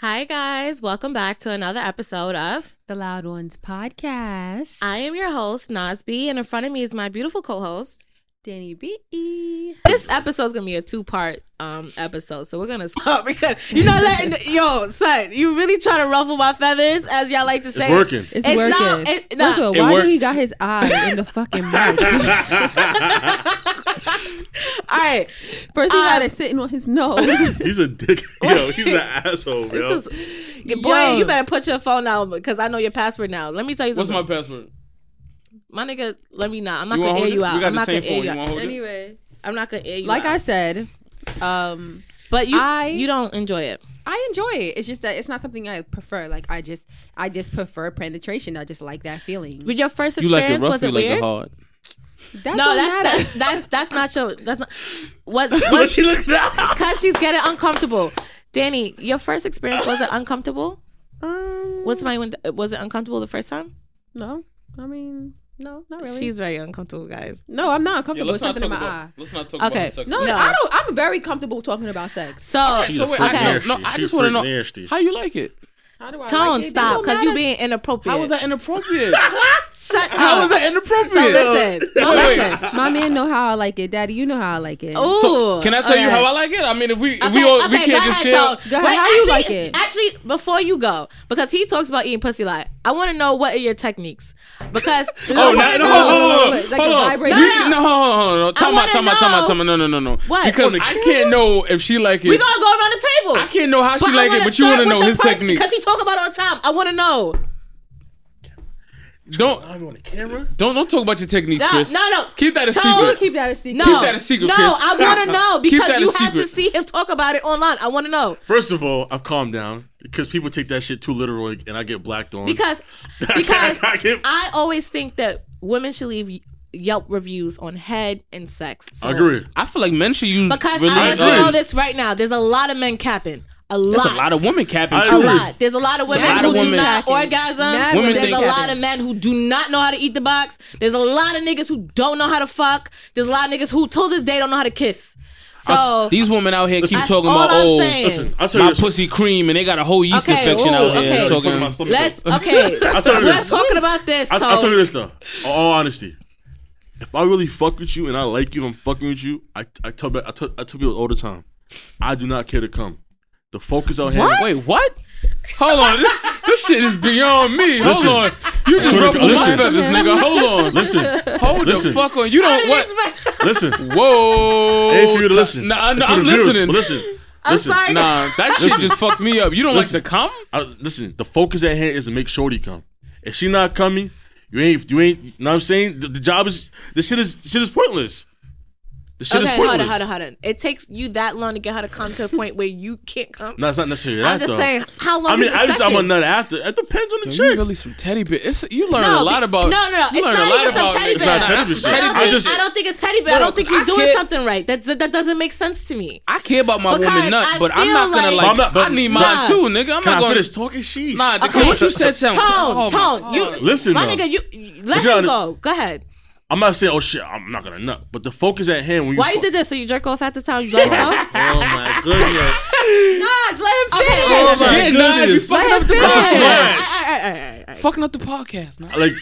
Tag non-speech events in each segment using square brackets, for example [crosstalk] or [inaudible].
Hi, guys. Welcome back to another episode of The Loud Ones podcast. I am your host, Nasby, and in front of me is my beautiful co host. Danny B. This episode is going to be a two part um episode, so we're [laughs] going to stop because you're not letting, yo, son, you really try to ruffle my feathers, as y'all like to say. It's [laughs] working. It's, It's working. not- it- nah. First of all, It why do he works. got his eye in the fucking [laughs] mic? All right. First, he Um, got it sitting on [laughs] his nose. [laughs] he's a dick. [laughs] Yo, he's [laughs] an asshole, yo. This is, boy, Yo. you better put your phone out because I know your password now. Let me tell you What's something. my password? my nigga, let me not. I'm not You going want to air to hold you it? out. We got I'm the not going same to air phone. you You want to out. hold it? anyway, I'm not going to air you like out. I said, um, But you, I- you don't enjoy it. I enjoy it. It's just that it's not something I prefer. Like I just, I just prefer penetration. I just like that feeling. With your first experience, was it weird? hard. That No, don't that's, matter. that's that's that's not your. That's not what. [laughs] What what she looking at? because she's getting uncomfortable. Danny, your first experience was it uncomfortable? um, Was my win- was it uncomfortable the first time? no. I mean, no, not really. She's very uncomfortable, guys. no, I'm not Yeah, uncomfortable with let's not something talk in my about. eye. Let's not talk Okay. about the sex. No, No. no, I don't. I'm very comfortable talking about sex. So She's So a wait, freak okay. nasty. No, I She's just wanna freak know- nasty. How you like it? How do I tone like it? That stop don't because you matter. being inappropriate. How was that inappropriate? Shut How up. was that inappropriate? So listen, wait. listen. My man know how I like it. Daddy, you know how I like it. Ooh, So, can I tell you okay. how I like it? I mean, if we if Okay, we all, we okay, can't go just ahead, chill. Tone. Go ahead. Wait, How you actually- like it? Actually, before you go, because he talks about eating pussy a lot, I want to know what are your techniques because [laughs] Oh, I no, wanna no, know- hold on, hold on, Like a hold on. vibrator. You- No, hold on, hold on, hold on. I Time wanna out, time out, time know. out, time out. No, no, no, no. What? Because On the I can't know if she like We it. gonna go around the table. I can't know how she like it, but you want to know his technique. because he talk about it all the time. I want to know. Don't I'm on the camera. don't don't talk about your techniques, No, Chris. no, no. Keep that a Tone, secret. keep that a secret. No, that a secret, No, Chris. I want [laughs] to know Keep because that you a have to secret. see him talk about it online. I want to know First of all, I've calmed down because people take that shit too literal and I get blacked on. [laughs] because because I get- I always think that women should leave Yelp reviews on head and sex. So- I agree. I feel like men should use Because really I let agree. you know this right now. There's a lot of men capping. A lot. That's a lot of women capping I A too. agree. lot. There's a lot of women Mad who women. do not Capping. orgasm. Mad Women There's a think- lot of men who do not know how to eat the box. There's a lot of niggas who don't know how to fuck. There's a lot of niggas who till this day don't know how to kiss. So These women out here Oh. keep That's talking all about I'm oh, saying. Listen, I'll tell you my this. pussy cream, and they got a whole yeast Okay, infection ooh, out here okay. Fucking my talking. stomach let's hurt. okay. [laughs] I'll tell you We're this. talking about this. I, so I'll tell you this though, all, all honesty. If I really fuck with you and I like you, and I'm fucking with you. I I tell I tell, I tell people all the time, I do not care to come. The focus out here. Wait, what? Hold on, this, this shit is beyond me. Listen. Hold on, you just swear to ruffled God, my listen. feathers, nigga. Hold on, Listen, hold listen. the fuck on. You [laughs] don't what? [laughs] listen. Whoa! Ain't for you to listen. Nah, It's nah for I'm the viewers. listening. But Listen, I'm listen. sorry. Nah, that shit just fucked me up. You don't Listen. like to come? I, listen, the focus at hand is to make Shorty come. If she not coming, you ain't you ain't. You know what I'm saying? The, the job is the shit is shit is pointless. The shit okay, is hold pointless. on, hold on, hold on. It takes you that long to get her to come to a point where you can't come. No, it's not necessarily I'm that just though. saying, how long? I mean, is the obviously, I'm session? a nut after. It depends on the You chick. really some teddy bear. It's, you learn No, a lot be- about. no, no, no, You it's learn not a lot even some about teddy niggas. bear. Nah, It's that's not some I teddy bear don't, I think, just- I don't think it's teddy bear. I No, don't think he's I doing can't- something right. That, that that doesn't make sense to me. I care about my Because woman nut, I but I'm feel not gonna like- like. I'm not- but- I need but- mine too, nigga. I'm Can not I gonna. finish talking? Sheesh. Nah, Okay. because what you said Tone, sound. oh, my tone, God. you Listen, my though. nigga, you, you let But y'all him under- go. Go ahead. I'm not saying, oh shit, I'm not gonna nut. But the focus at hand when you. Why you fu- did this? So you jerk off at the time you by [laughs] yourself? Oh my goodness. [laughs] Nas, let him Okay. finish. Oh, my Yeah, nah, you goodness. fucking up the That's a podcast. smash. Fucking up the podcast. Nah. like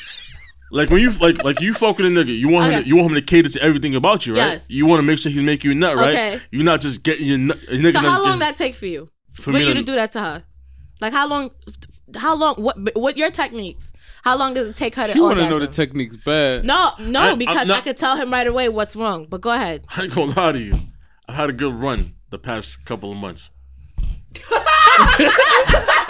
like when you like like you fuck with a nigga, you want him Okay. to, you want him to cater to everything about you, right? Yes. You want to make sure he's making you a nut, right? Okay. You're not just getting your nut. a nigga So how that's- long that take for you? For, me you to- to do that to her? Like how long? How long? What? What your techniques? How long does it take her to? You want to orgasm? know the techniques bad. No, no, I- I'm because I not- could tell him right away what's wrong. But go ahead. [laughs] I ain't gonna lie to you. I had a good run the past couple [laughs] of months.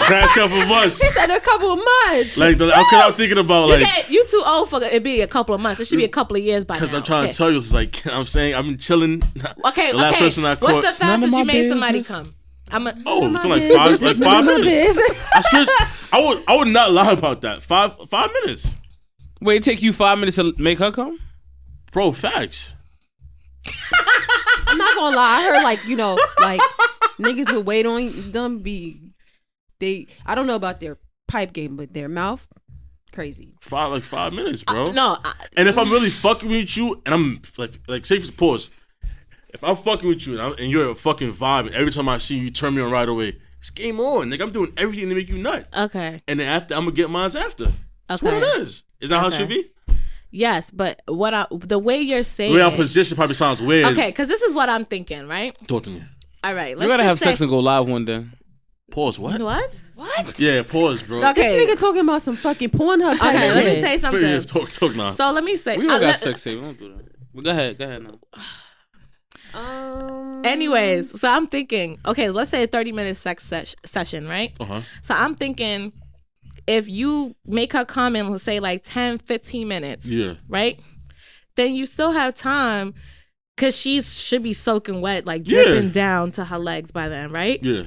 past couple of months, said a couple of months. like the, I'm, 'cause I'm thinking about You like. can't- you too old for it. Be a couple of months. It should be a couple of years by now. Cause I'm trying okay. to tell you, it's like [laughs] I'm saying, I've been chilling. Okay, the last okay. person I What's caught. the fastest my you made somebody business. come? I'm a, oh, my it's like business, five, it's like none five of my minutes. business. I said, I would, I would not lie about that. Five, five minutes, Wait, it take you five minutes to make her come? bro. Facts. I'm not gonna lie. I heard like you know like niggas would wait on them be they. I don't know about their pipe game, but their mouth crazy. Five, like five minutes, bro. no, I, And if I'm really fucking with you, and I'm like, like, say for pause. If I'm fucking with you and, I'm, and you're a fucking vibe, and every time I see you, you turn me on right away. It's game on. Like I'm doing everything to make you nut. Okay. And then after I'm gonna get mines after. That's what Okay. it is. Is that how it should be? Yes, but what I the way you're saying. The way our position probably sounds weird. okay, because this is what I'm thinking, right? Talk to me. All right. Let's We gotta just have say, sex and go live one day. Pause. [laughs] What? What? What? Yeah, pause, bro. Okay. This nigga talking about some fucking Pornhub type Okay, let shit. me say Yeah, something. talk, talk now. So let me say. We I all got let- sex tape. We don't do that. But go ahead, go ahead now. Um, Anyways, so I'm thinking, okay, let's say a 30 minute sex sesh- session, right? uh-huh. So I'm thinking if you make her come in, let's say like 10, 15 minutes, Yeah. right? Then you still have time because she should be soaking wet, like Yeah. dripping down to her legs by then, right? Yeah.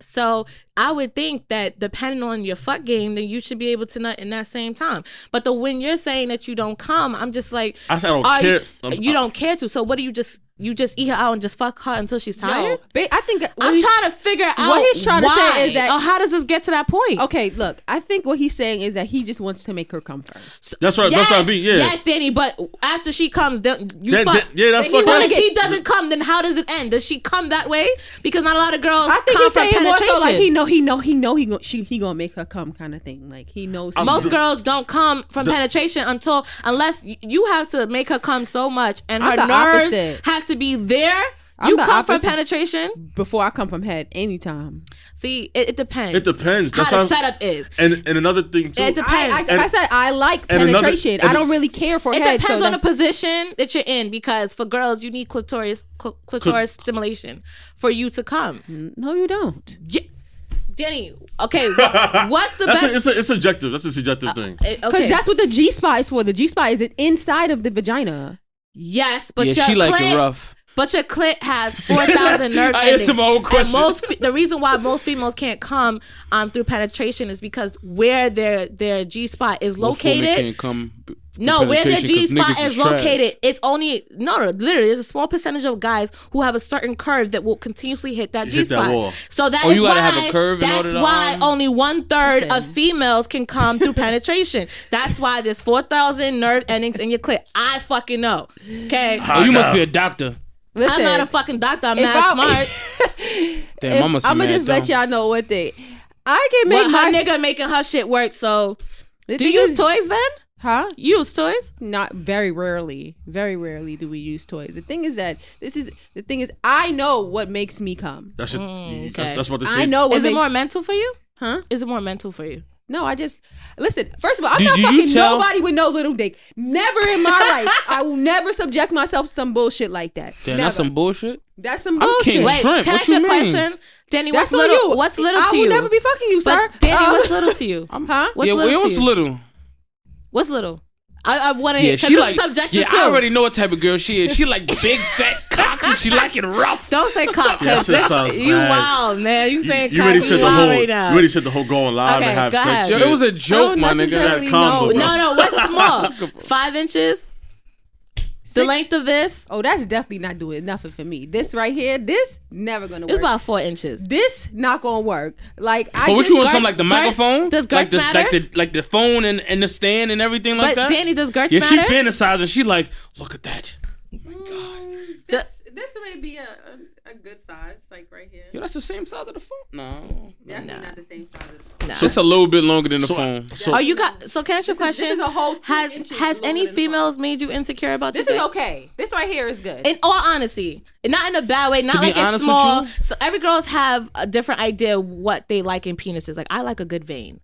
So I would think that depending on your fuck game, then you should be able to nut in that same time. But the when you're saying that you don't come, I'm just like I said I don't are You, care. I'm- you I- don't care to. So what do you just you just eat her out and just fuck her until she's no, tired? ba- I think what I'm he's- trying to figure out he's trying to say why, is that- Oh, or how does this get to that point? Okay, look, I think what he's saying is that he just wants to make her come first. That's right. Yes, That's how I be. Yeah. yes, Danny. But after she comes, then you That- fuck. that- yeah, that If fuck- he, wanna- Wanna if get- he doesn't come, then how does it end? Does she come that way? Because not a lot of girls. I think come he's from saying more so like penetration. he know, he know, he know, he go, she, he gonna make her come kind of thing. Like he knows. I'm- Most girls don't come from penetration until unless y- you have to make her come so much and I'm her the nerves opposite. have to be there. I'm you the come opposite. from penetration. before I come from head anytime. See, it, it depends. It depends. That's how the how- setup is. And and another thing too. It depends. I, I, And- I said I like and another- penetration. and- I don't really care for It head. depends so on the that- position that you're in because for girls you need clitoris cl- clitoris stimulation for you to come. no, you don't. Yeah. Danny, okay, wha- what's the That's a, best? it's a, it's subjective. That's a subjective thing. eh, Because okay. that's what the G spot is for. The G spot is inside of the vagina. yes, but yeah, your she like clit- it rough. But your clit has [laughs] four thousand nerve I endings. answered my own question. And most fe- the reason why most females can't come um, through penetration is because where their their G spot is Most women located. can't come b- to No, where their penetration G 'cause spot niggas is trash. located, it's only no, no, literally, there's a small percentage of guys who have a certain curve that will continuously hit that Hit G that spot. wall. So that Oh, is you why gotta have a curve in that's order to, why um, only one third of Listen. females can come [laughs] through penetration. That's why there's four thousand nerve endings in your clit. I fucking know. Okay, Oh, I you must know. be a doctor. Listen, I'm not a fucking doctor. I'm if not [laughs] I- smart. Damn, I must be I'm gonna mad just let dumb. y'all know what they. I can make But my her nigga making her shit work. So the do thing you use is- toys then? Huh? You use toys? not very rarely very rarely do we use toys the thing is that this is the thing is i know what makes me come That's, a, that's okay. that's what they say. i know what Is it makes more mental for you? huh Is it more mental for you? no i just listen first of all i'm Did not you fucking tell- nobody with no little dick never in my [laughs] life i will never subject myself to some bullshit like that Damn, Never. that's some bullshit. that's some I'm bullshit king. Wait, Shrimp, can I what ask you you a mean? question? Danny, what's that's on little you what's little i to will you? never be fucking you but sir Danny, Um, what's [laughs] little to you? huh What's yeah, little it to was you? little. What's little? I, I want to hear Yeah, because she it's like. subjective Yeah, too. I already know what type of girl she is. She like big fat [laughs] cocks and she like it rough. Don't say cock. 'cause Yeah, that shit sounds you bad. wild man. You You, saying you cock? already You said the wild whole. right you now. already said the whole going live Okay, and have go sex. ahead. Yo, shit. it was a joke, my nigga. necessarily combo, know. bro. No, no. What's small? Five inches. The length of this oh that's definitely not doing nothing for me this right here this never gonna work is about four inches. this not gonna work. Like I So what just, you want? Something like the girth- microphone? does girth like the, matter? Like the like the phone and, and the stand and everything like But that. Danny, does girth yeah, matter? she fantasizing. She like, look at that. this, this may be a, a, a good size, like right here. Yo, that's the same size of the phone. No, Definitely not the same size. it's a little bit longer than the So, phone. so Oh, you got so can I ask you a This is- question? this is a whole two has inches has longer any than the females made you insecure about This your is dick? okay. This right here is good. In all honesty, not in a bad way, not be like it's honest with small. you- So every girls have a different idea of what they like in penises. Like I like a good vein.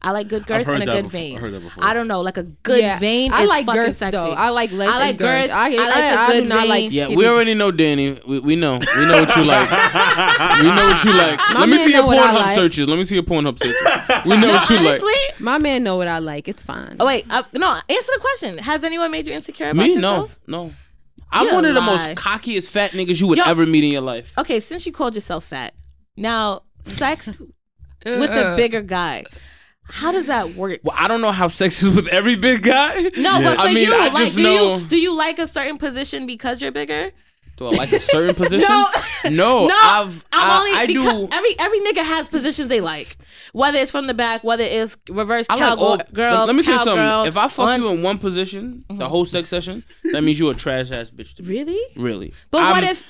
I like good girth heard and a that good before. vein. I heard that before. don't know, like a good Yeah, vein. I is like fucking girth sexy. though. I like length I like and girth. girth. I- I like I- a I do good not like vein. Yeah, skinny we already know Danny. We, we know. We know what you like. we know what you like. Let me man see your know what I Pornhub like. searches. Let me see your Pornhub searches. We know what you Honestly, like. My man know what I like. It's fine. oh wait, uh, no. Answer the question. Has anyone made you insecure about Me? No. yourself? No. I'm You're one a of the lie. most cockiest fat niggas you would Yo- ever meet in your life. Okay, since you called yourself fat, now [laughs] sex Uh, with a bigger guy, how does that work? Well, I don't know how sex is with every big guy. No, but for I mean, you, I like, just do know. you do you like a certain position because you're bigger? Do I like [laughs] a certain position? no, no. Oh, I've, I'm I, only I do. because every every nigga has positions they like, whether it's from the back, whether it's reverse I like cowgirl. all, girl, Let me tell you something. cowgirl, if I fuck on- you in one position, the whole sex session, that means you a trash ass bitch to me. really, Really? but what I'm- if?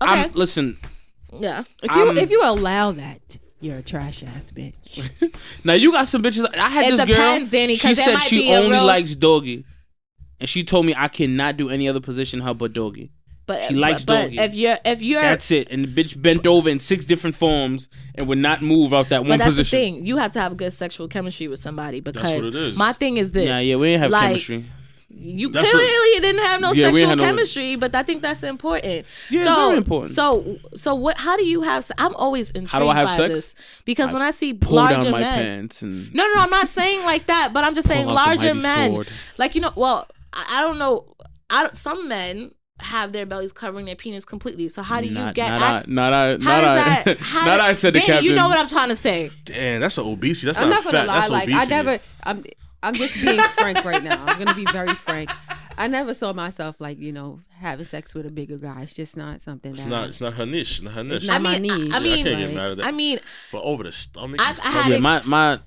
Okay, I'm listen. Yeah. If you I'm- if you allow that, you're a trash ass bitch. [laughs] Now you got some bitches. I had It this depends, girl. Danny, she 'cause that said might she be a only real- likes doggy, and she told me I cannot do any other position her but doggy. But She likes but, doggy. but if you're if you're That's it. And the bitch bent over in six different forms and would not move out that one but that's position. the thing. You have to have good sexual chemistry with somebody because what it is. my thing is this. Nah, yeah, we ain't have Like, chemistry. You That's clearly didn't have no Yeah, we sexual had no- chemistry, but I think that's important. Yeah, so, very important. So, so what? How do you have? se- I'm always intrigued do I have by sex? this because when I see Pull larger down my men, pants and no, no, no, I'm not saying like that, but I'm just saying Pull out the larger mighty men, sword. like you know, well, I, I don't know, I don't, some men have their bellies covering their penis completely. So how do you not, get? not access? I, not I, how not does I, [laughs] that? How not do- I said the Danny, captain. You know what I'm trying to say. Damn, that's an obesity. That's I'm not, not fat. gonna lie, that's like I obesity. never I'm I'm just being frank right now. I'm gonna be very frank. I never saw myself like, you know, having sex with a bigger guy. It's just not something It's that not. It's not her niche. Not her niche. not I my mean, I- I niche. Yeah, I mean, can't get like, mad at that. I mean, but over the stomach. I've, I had yeah, ex- my my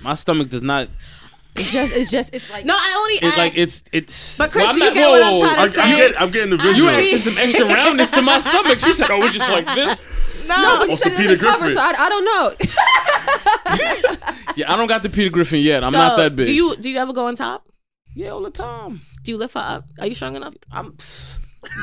my stomach does not. it's just it's just it's [laughs] like no. I only It, asked, like it's it's. But Chris, I'm you get what I'm whoa, trying to I, are- are am say. you- getting, I'm getting the visual. You added some extra roundness to my stomach. She said, "Oh, it's just like [laughs] this." no, but Or you said some it Peter doesn't cover, Griffin. so I, I don't [laughs] know. Yeah, I don't got the Peter Griffin yet. I'm so, not that big. Do you do you ever go on top? Yeah, all the time. Do you lift her up? Are you strong enough? I'm.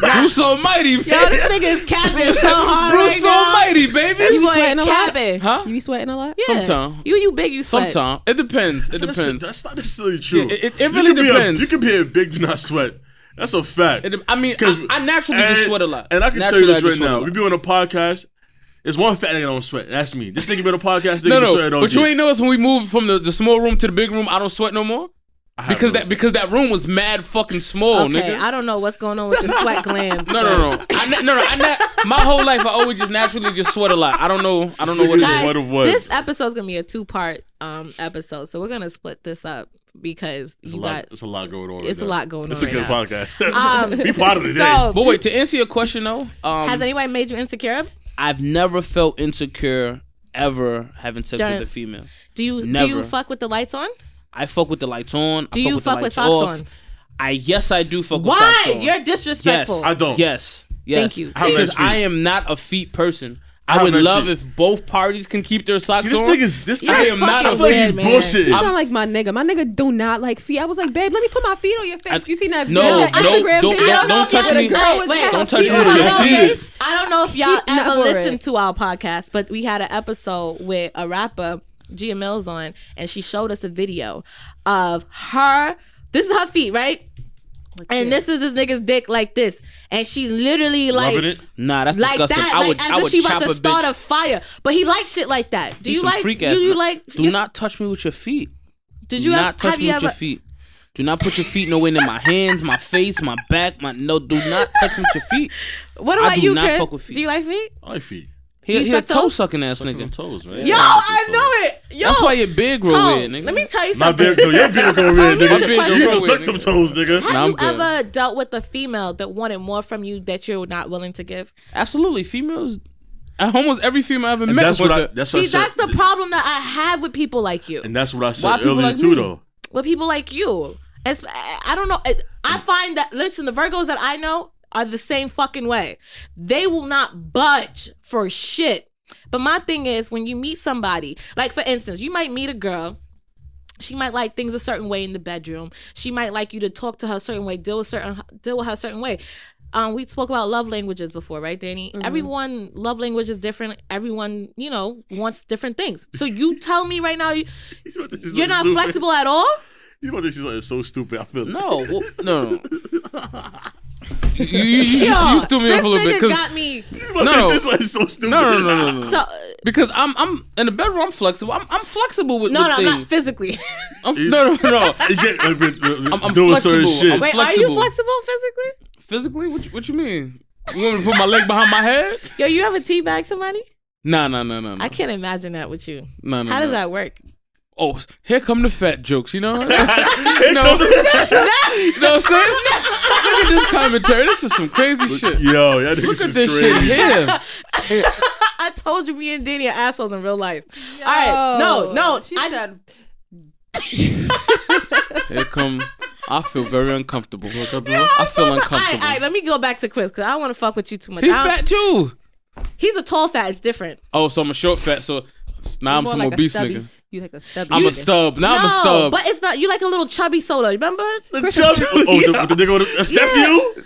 You so mighty, Yo, this baby. nigga is [laughs] capping so hard Bruce oh right so now. mighty, baby. You sweating a ain't lot? capping. Huh? You be sweating a lot? Yeah. Sometime. You you big, you sweat. Sometimes it depends. It That's, depends. that's not necessarily true. Yeah, it- it- it You really could be a- depends. you could be a big, [laughs] do not sweat. That's a fact. It- I mean, 'Cause- I, I naturally just sweat a lot. And I can naturally, tell you I this just right now. sweat a We lot. be on a podcast. There's one fat nigga that don't sweat. That's me. This nigga been on a podcast. Nigga No, be no, sweating all but you day. ain't noticed when we moved from the, the small room to the big room. I don't sweat no more I have because no that sweat. because that room was mad fucking small, Okay, oh, nigga. I don't know what's going on [laughs] with your sweat glands. no, no, no, I, na- no, no. I na- my whole life, I always just naturally just sweat a lot. I don't know. I don't know what. it Guys, is. What of what? This episode's gonna be a two part um episode, so we're gonna split this up because It's a you lot. got It's a lot going on. it's right a now. lot going It's on a good right podcast. [laughs] Um, Be part of the day. now. So But wait, to answer your question though, um, has anyone made you insecure? I've never felt insecure ever having sex Don't- with a female. Do you do you Never. fuck with the lights on? I fuck with the lights on. Do I fuck you with fuck the with lights socks off. on? I yes, I do fuck with socks Why? on. You're yes, disrespectful. I don't. Yes, yes. Thank you. How See, because Men's feet. I am not a feet person. I I, have would men's love feet. if both parties can keep their socks See, this on. nigga's this You're I nigga am not fucking a weird, is man. bullshit. You sound like my nigga. My nigga do not like feet. I was like, babe, let me put my feet on your face. I- you seen that, No, that Instagram no, Oh, don't- video? don't- don't where touch the me. girl was Wait, had don't her touch feet me on with her your face. feet. I don't know if y'all Not ever for listened it. to our podcast, but we had an episode with a rapper, Gia Mills, on, and she showed us a video of her. This is her feet, right? and this is this nigga's dick like this, and she literally [laughs] like Loving it. Nah, that's like disgusting. that, I like would, as I if would she chop about to a start bitch. a fire. But he likes shit like that. Do Be you some like? freak you, ass. you man. like? Do you- not touch me with your feet. Did Do you not have, touch have me you with your ever? feet. Do not put your feet no way near my hands, my face, my back, my no. Do not touch me with your feet. What I about do you, not Chris? fuck with feet. Do you like feet? I like feet. Do He, you he a suck toes? toe sucking ass Sucking them nigga. toes, man. Yo, I know it. Yo, That's why your beard grow Tom, weird, nigga. Oh, Let me tell you My something. beard, go, your [laughs] beard go red, me nigga. your You question. need to suck some toes, nigga. Have Nah, I'm you good. ever dealt with a female that wanted more from you that you're not willing to give? Absolutely, females. Almost every female I've ever And met. that's with what I. the- That's what I See, that's said. the problem that I have with people like you, And that's what I Why said people earlier like too, me? though. with people like you. It's, I don't know. It- I find that listen, the Virgos that I know are the same fucking way. They will not budge for shit. But my thing is, when you meet somebody, like for instance, you might meet a girl she might like things a certain way in the bedroom. She might like you to talk to her a certain way, deal with certain deal with her a certain way. Um, we spoke about love languages before, right, Danny? Everyone love language is different. Everyone, you know, wants different things. So you tell me right now, you, you're [laughs] not flexible at all. You know this is like so stupid. I feel it. No, well, no, no. you, you, you, you, you stood me this up a little bit nigga 'cause- got me. But No. This is like so stupid. no, no, no, [laughs] no, no, no. So because I'm, I'm in the bedroom. I'm flexible. I'm, I'm flexible with no, with no, things. not physically. [laughs] I'm, no, no, no. You get like, with- with- I'm- I'm doing certain flexible. shit. I'm Wait, are Flexible. you flexible physically? Physically, what you, what you mean? You want me to put my leg behind my head? Yo, you ever teabag somebody? Nah, nah, nah, nah, nah. I can't imagine that with you. Nah, nah, How does nah. that work? Oh, here come the fat jokes. You know, [laughs] no, you know what I'm saying? Look at this commentary. This is some crazy shit. Yo, that Look at is this crazy. shit here. I told you me and Danny are assholes in real life. All right. No, no. Oh, She I just, said, Here come. I feel very uncomfortable. I I'm feel so sorry. All right, uncomfortable. all right, let me go back to Chris because I don't want to fuck with you too much. He's I don't- fat too. He's a tall fat. It's different. Oh, so I'm a short fat. So now I'm More some like a obese stubby. nigga. You like a stubby. I'm nigga. a stub. Now I'm a no, stub. but it's not. You like a little chubby soda. Remember? The chubby. Oh, the, with the nigga with the, that's, that's Yeah. you?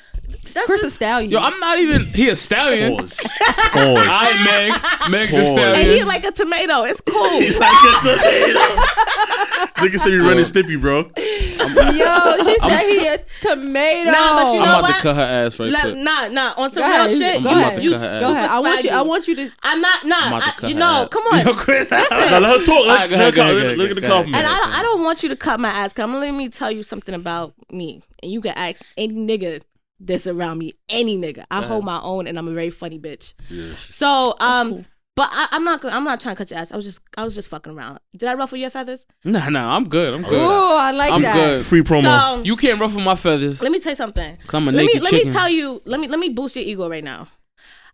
That's Chris his- the Stallion. Yo, I'm not even. He a stallion. Pause. Pause. [laughs] I [laughs] am Meg. Meg the Pause. and he stallion. like a tomato. It's [laughs] cool. like a tomato. Nigga said he running snippy, bro. [laughs] Yo, she said he a tomato. Nah, but you I'm know about what? to cut her ass right Let- quick. nah, nah. On some Go real ahead. shit. Go you- ahead. You Go ahead. Go ahead. I want you. I swaggy. want you to. I'm not. Nah. I'm about to I, cut you her know. ass. Come on. Yo, Chris. Now let her talk. Let, Alright, go let ahead, her go come. ahead, go Look, ahead, look at go the ahead. compliment. And I don't, I don't want you to cut my ass. Come, let me tell you something about me. And you can ask any nigga that's around me, any nigga. I hold my own, and I'm a very funny bitch. So, um, but I, I'm not, gonna, I'm not trying to cut your ass. I was just, I was just fucking around. Did I ruffle your feathers? Nah, nah, I'm good. I'm Ooh, good. I like I'm that. good. Free promo. So, You can't ruffle my feathers. let me tell you something. 'cause I'm a Let me, naked let chicken. me tell you. Let me, let me boost your ego right now.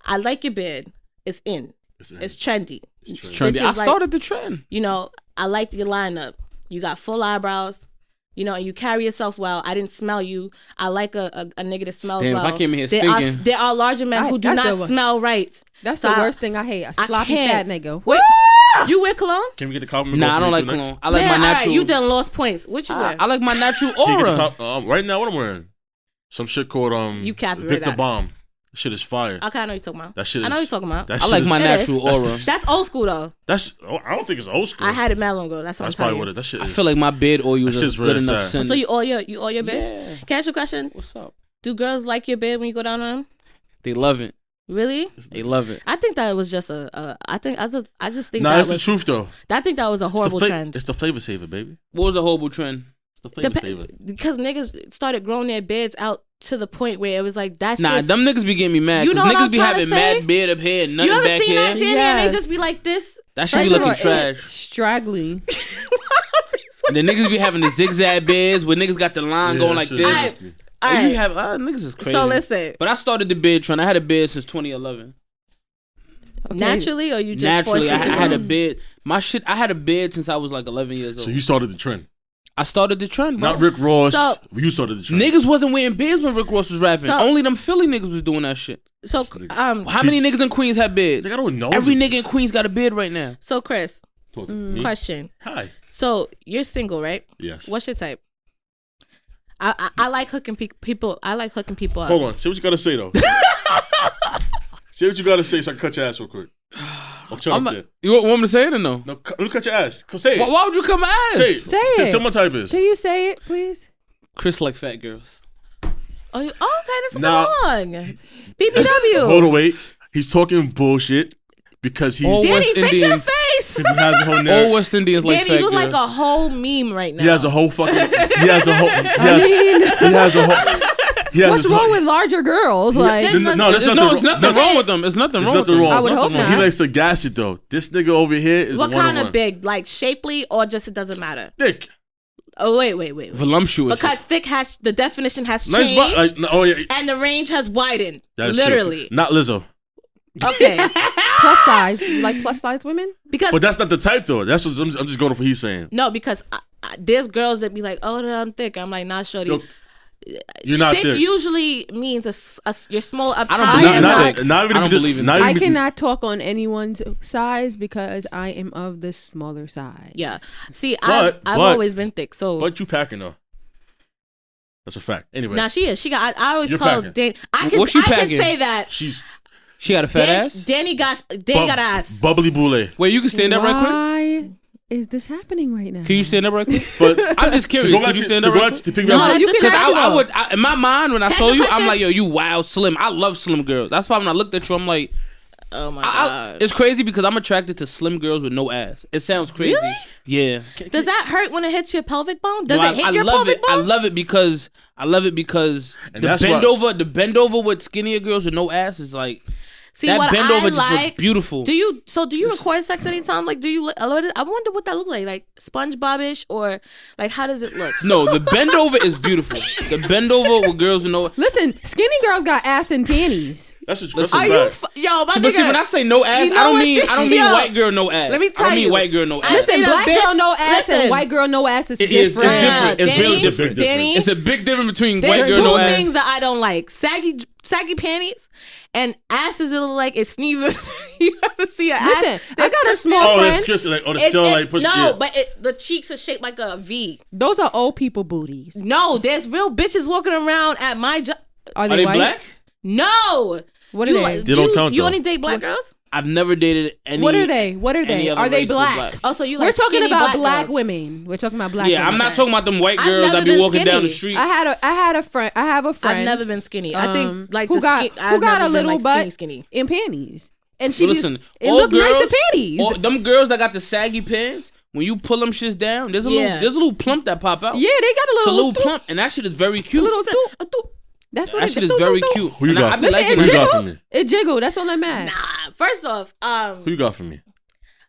I like your beard. It's in. It's trendy. Trendy. bitches I like- started the trend. You know, I like your lineup. You got full eyebrows. You know, and you carry yourself well. I didn't smell you. I like a, a, a nigga that smells Damn, if well. I came in here there are, stinking. there are larger men I- who do that's not a- smell right. That's So the I- worst thing I hate. A I sloppy fat can't. nigga. Wait, you wear cologne? Can we get the compliment? Nah, I don't going like for me too cologne. next? I like Man, my all right, natural. you done lost points. What you I, wear? I like my natural Can we get the aura. comp- um, right now, what I'm wearing? Some shit called um. You cap it right Victor out. Bomb. Shit is fire. okay, I know you're talking about. That shit. Is, I know you're talking about. That I shit like is- my It natural is. aura. That's old school though. That's. oh, I don't think it's old school. I had it mad long ago. That's what That's I'm probably telling what you. it. That shit I is. feel like my bed oil That is shit's a good red enough side. scent. So you all your you all your bed? yeah. Can I ask you a question? What's up? Do girls like your bed when you go down on them? They love it. Really? They love it. I think that was just a. a I think I just I just think Nah, that it's the was- truth though. I think that was a horrible it's the fla- trend. It's the flavor saver, baby. What was the horrible trend? It's the flavor Depe- saver. because niggas started growing their beds out to the point where it was like that's Nah, just, them niggas be getting me mad. You Cause know what niggas I'm be trying to having say? mad beard up here and you nothing ever back seen that here. Danny and Yes. they just be like this That should be First of looking all, it- [laughs] trash. Straggly. And [laughs] the niggas be having the zigzag beds where niggas got the line Yeah, going that like shit is- this. Alright. [laughs] all And right You have uh, niggas is crazy. so listen But I started the bid trend. I had a bid since 2011. Okay. naturally or you just Naturally, I, I forced it to had do a it? bid. My shit, I had a bid since I was like 11 years old. So you started the trend, I started the trend, bro. not Rick Ross. So- you started the trend. Niggas wasn't wearing beards when Rick Ross was rapping. So- Only them Philly niggas was doing that shit. so um How many Dude, niggas in Queens have beards? Nigga, I don't know. Every you. nigga in Queens got a beard right now. so Chris Talk to me. Mm, question Hi. so you're single right Yes. what's your type I I, I like hooking pe- people I like hooking people up Hold on. See what you gotta [laughs] say though. See what you gotta say so I can cut your ass [sighs] real quick. Oh, shut I'm up not- there. you want, want me to say it or no? No, cut, let me cut your ass. Come say it. Why, why would you come and ask? Say it. Say it. someone type is. Can you say it, please? Chris like fat girls. oh, you, oh okay that's Nah. wrong BBW Hold on, wait. He's talking bullshit because he, Oh, he Danny West fix your Indians. face has a Oh, whole All narrative. West Indians like Danny fat you look girls. like a whole meme right now He has a whole fucking. He has a whole. He has, mean- he has a whole. He has What's his wrong whole, with larger girls? Like, [laughs] then- No, no, there's There's- nothing, no, it's nothing wrong. wrong with them. It's nothing There's wrong with nothing them. wrong. I would hope He not. likes to gas it though. This nigga over here is what a one-on-one. kind of big like shapely or just it doesn't matter Thick. oh wait wait wait, wait. Voluptuous. because thick has the definition has Nice changed butt. Like, no, oh yeah. and the range has widened That's true. literally Not Lizzo. okay plus size. You like plus size women? because But that's not the type though. That's what I'm, I'm just going for. He's saying. no because I, I, there's girls that be like oh I'm thick I'm like not shorty Yo, You're not thick thick. usually means a, s- a s- you're small up I don't top. believe I not, am not, not. thick. not even. I don't be- believe in not that. I even be- cannot talk on anyone's size because I am of the smaller side. yeah see I've, But- I've but- always been thick so But you packing though. That's a fact. Anyway, now she is she got I, I always You're tell packing. Dan I Wh- can, what you I can packing? say that she's she got a fat Dan, ass. Danny got Danny bub- got ass bubbly boule. Wait, you can stand up right quick. Why is this happening right now? Can you stand up right [laughs] quick? But I'm just to curious. go back Could you to, stand to up go right back quick? to pick No, back that's up. you just can natural. Cause I, I would I, in my mind when I That's saw your you, I'm question. like, yo, you wild slim. I love slim girls. That's why when I looked at you, I'm like, oh my I, I, god it's crazy because I'm attracted to slim girls with no ass. It sounds crazy. Really? Yeah. Does that hurt when it hits your pelvic bone? Does No, I, it hit I your love pelvic it. I bone? love it because I love it because And the that's bend why- over, the bend over with skinnier girls with no ass is like See that what bend I over just looks like. beautiful. do you so do you record sex anytime? Like do you look- I wonder what that look like? Like SpongeBobish or like how does it [laughs] look? no, the bend over is beautiful. The bend over with [laughs] girls with no. Listen, skinny girls got ass and panties. That's a, that's a Are fact. you f- yo, my But see, when I nigga? say no You ass, I know don't what mean this- I don't mean yo, white girl no ass. let me I tell don't mean you. white girl no ass. Listen, Ain't a black girl bitch- no ass listen. and white girl no ass is It is- it's different. different. It's Danny, real different. Danny, It's a big difference between there's white girl two no ass. things that I don't like: saggy, saggy panties and asses that look like it sneezes. [laughs] you ever see an Listen, ass? I got a small Oh, friend. it's just like oh, the It- cell it- like push. no, yeah. but it, the cheeks are shaped like a V. Those are old people booties. No, there's real bitches walking around at my job. Are they, Are they white? black? No, What are you, they? They don't you- count, You though. only date black girls. I've never dated any. what are they? What are any they? other Are they race with black? black. Oh, so you like We're talking skinny about black girls. women. We're talking about black. Yeah, women. I'm not talking about them white I've girls never that be been walking down the skinny. street. I had a I had a friend. I have a friend. I've never been skinny. I um, think like who the got skin, who I've got never a been, little like, butt skinny, skinny. in panties, and she Listen, it all looked nice in girls- panties. all- them girls that got the saggy pants. When you pull them shits down, there's a Yeah. little there's a little plump that pop out. yeah, they got a it's a little, thoo- little plump, and that shit is very cute. little It's a- thoo- a thou- That's what that it- shit is thoo- thoo- very thoo. cute. Who you And I- got? I've been Listen, liking and Who you that. got jiggle- for me? It jiggled. That's all that matters. Nah, Ah, first off, um, Who you got for me?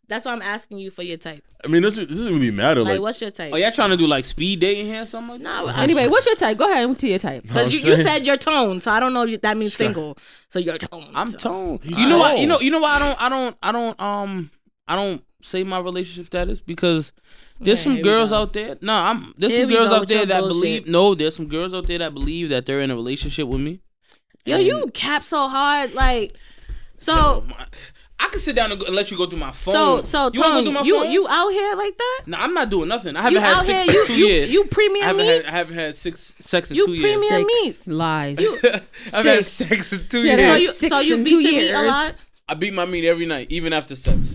that's why I'm asking you for your type. I mean, this is, this doesn't really matter. Like, Like, what's your type? [laughs] Oh, y'all trying to do like speed dating here or something like that? Nah, I- Anyway, what's your type? Go ahead to your type. I'm Because you, you saying. said your tone, so I don't know if that means Sure. single. So your tone. I'm so. tone. He's You know what? tone. You know. You know why I don't. I don't. I don't. Um. I don't say my relationship status because there's Okay, some here we girls go. out there. No, I'm. There's Here some we girls go out with there your that bullshit. believe. No, there's some girls out there that believe that they're in a relationship with me. Yo, you cap so hard, like. So, My- I could sit down and, go, and let you go through my so, Oh. phone. so, you wanna Tony, go through my you phone? you out here like that? No, I'm not doing nothing. I You haven't had out six here? in You two you, years. you I premium haven't me? had, I haven't had six sex in You two premium years. me? meat. lies. I've had Six. sex in two Yeah, so years. you six so you in beat two your meat a years. lot. I beat my meat every night, even after sex. [laughs]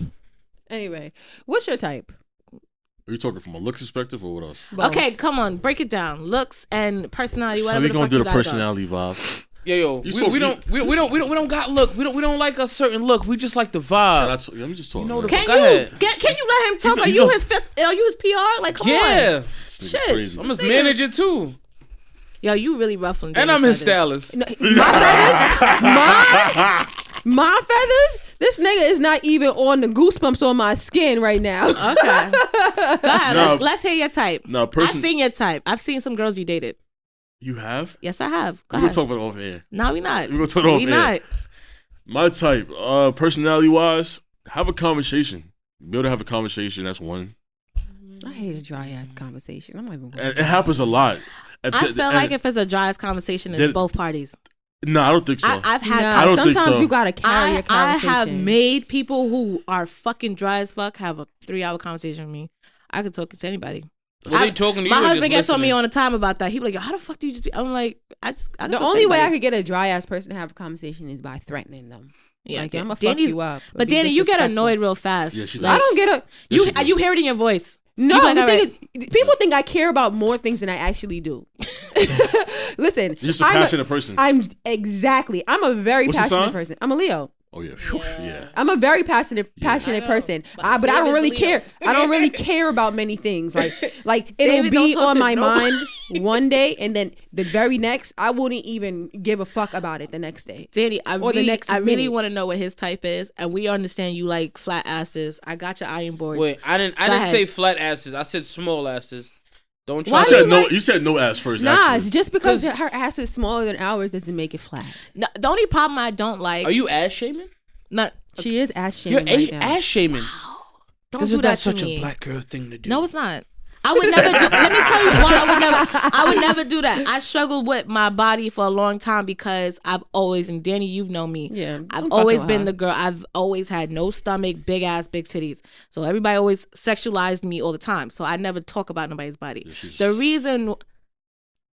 Anyway, what's your type? are you talking from a looks perspective or what else? Both. Okay, come on, break it down. Looks and personality. So Whatever we the gonna fuck do you the gotta go. personality vibe. Yo, yo, we, spoke- we don't, we, we don't, we don't, we don't got look. We don't, we don't like a certain look. We just like the And I vibe. t- let me just talk. know man. the Can Go you ahead. get, can you let him talk? He's a- Are he's you a- his fifth? Are you his PR? Like, come Yeah, on, This nigga's shit. crazy. I'm his Niggas- manager too, Yo, you really ruffling. and I'm his stylist. No, my feathers, my, my feathers. This nigga is not even on the goosebumps on my skin [laughs] right now. Okay. Go ahead. No. Let's, let's hear your type. No, person- I've seen your type. I've seen some girls you dated. You have? Yes, I have. Go We're gonna ahead. talk about it off air. no, we not. We gonna talk off We air. not. My type, uh, personality wise, have a conversation. Be able to have a conversation. That's one. I hate a dry ass conversation. I'm not even. And it happens a lot. And I th- feel and- like if it's a dry ass conversation, it's Did- both parties. No, I don't think so. I, I've had. Nah, I don't think sometimes so. you gotta carry I, a I conversation. have made people who are fucking dry as fuck have a three hour conversation with me. I could talk to anybody. Were they I- talking to you My or just husband gets on me listening? on a time about that. He be like, "Yo, how the fuck do you just?" Be? I'm like, "I just." I could The talk to only way I anybody. could get a dry ass person to have a conversation is by threatening them. Yeah, like, Dan- I'ma fuck Danny's- you up. But Be Danny, you get disrespectful. annoyed real fast. Yeah, she I does. don't get a Yes, you she does. you hear it in your voice. no. You be like, the "All thing right." is, people think I care about more things than I actually do. [laughs] Listen, You're just a I'm passionate person. I'm exactly. I'm a very What's your passionate sign? person. I'm a Leo. oh yeah. Phew, yeah. I'm a very passionate passionate I know, person. but I, but I don't David's really Leo. care. I [laughs] don't really care about many things. Like like it'll David don't be talk on to my nobody. mind [laughs] one day and then the very next I wouldn't even give a fuck about it the next day. Danny, I Or the really, next I really minute. want to know what his type is, and we understand you like flat asses. I got your iron boards. Wait, I didn't, I Go didn't ahead. say flat asses. I said small asses. Don't You try. Why to- do said you no. like- You said no ass first. Nah, actually. it's just because 'Cause- her ass is smaller than ours doesn't make it flat. No, the only problem I don't like. Are you ass shaming? not, She is ass shaming You're right a- now. ass shaming. don't do Isn't that that to such me. a black girl thing to do? No, it's not. I would never do. let me tell you why I would never. I would never do that. I struggled with my body for a long time because I've always and Danny, you've known me. Yeah, I'm I've fucking always with been her. the girl. I've always had no stomach, big ass, big titties. So everybody always sexualized me all the time. So I never talk about nobody's body. she's- the reason,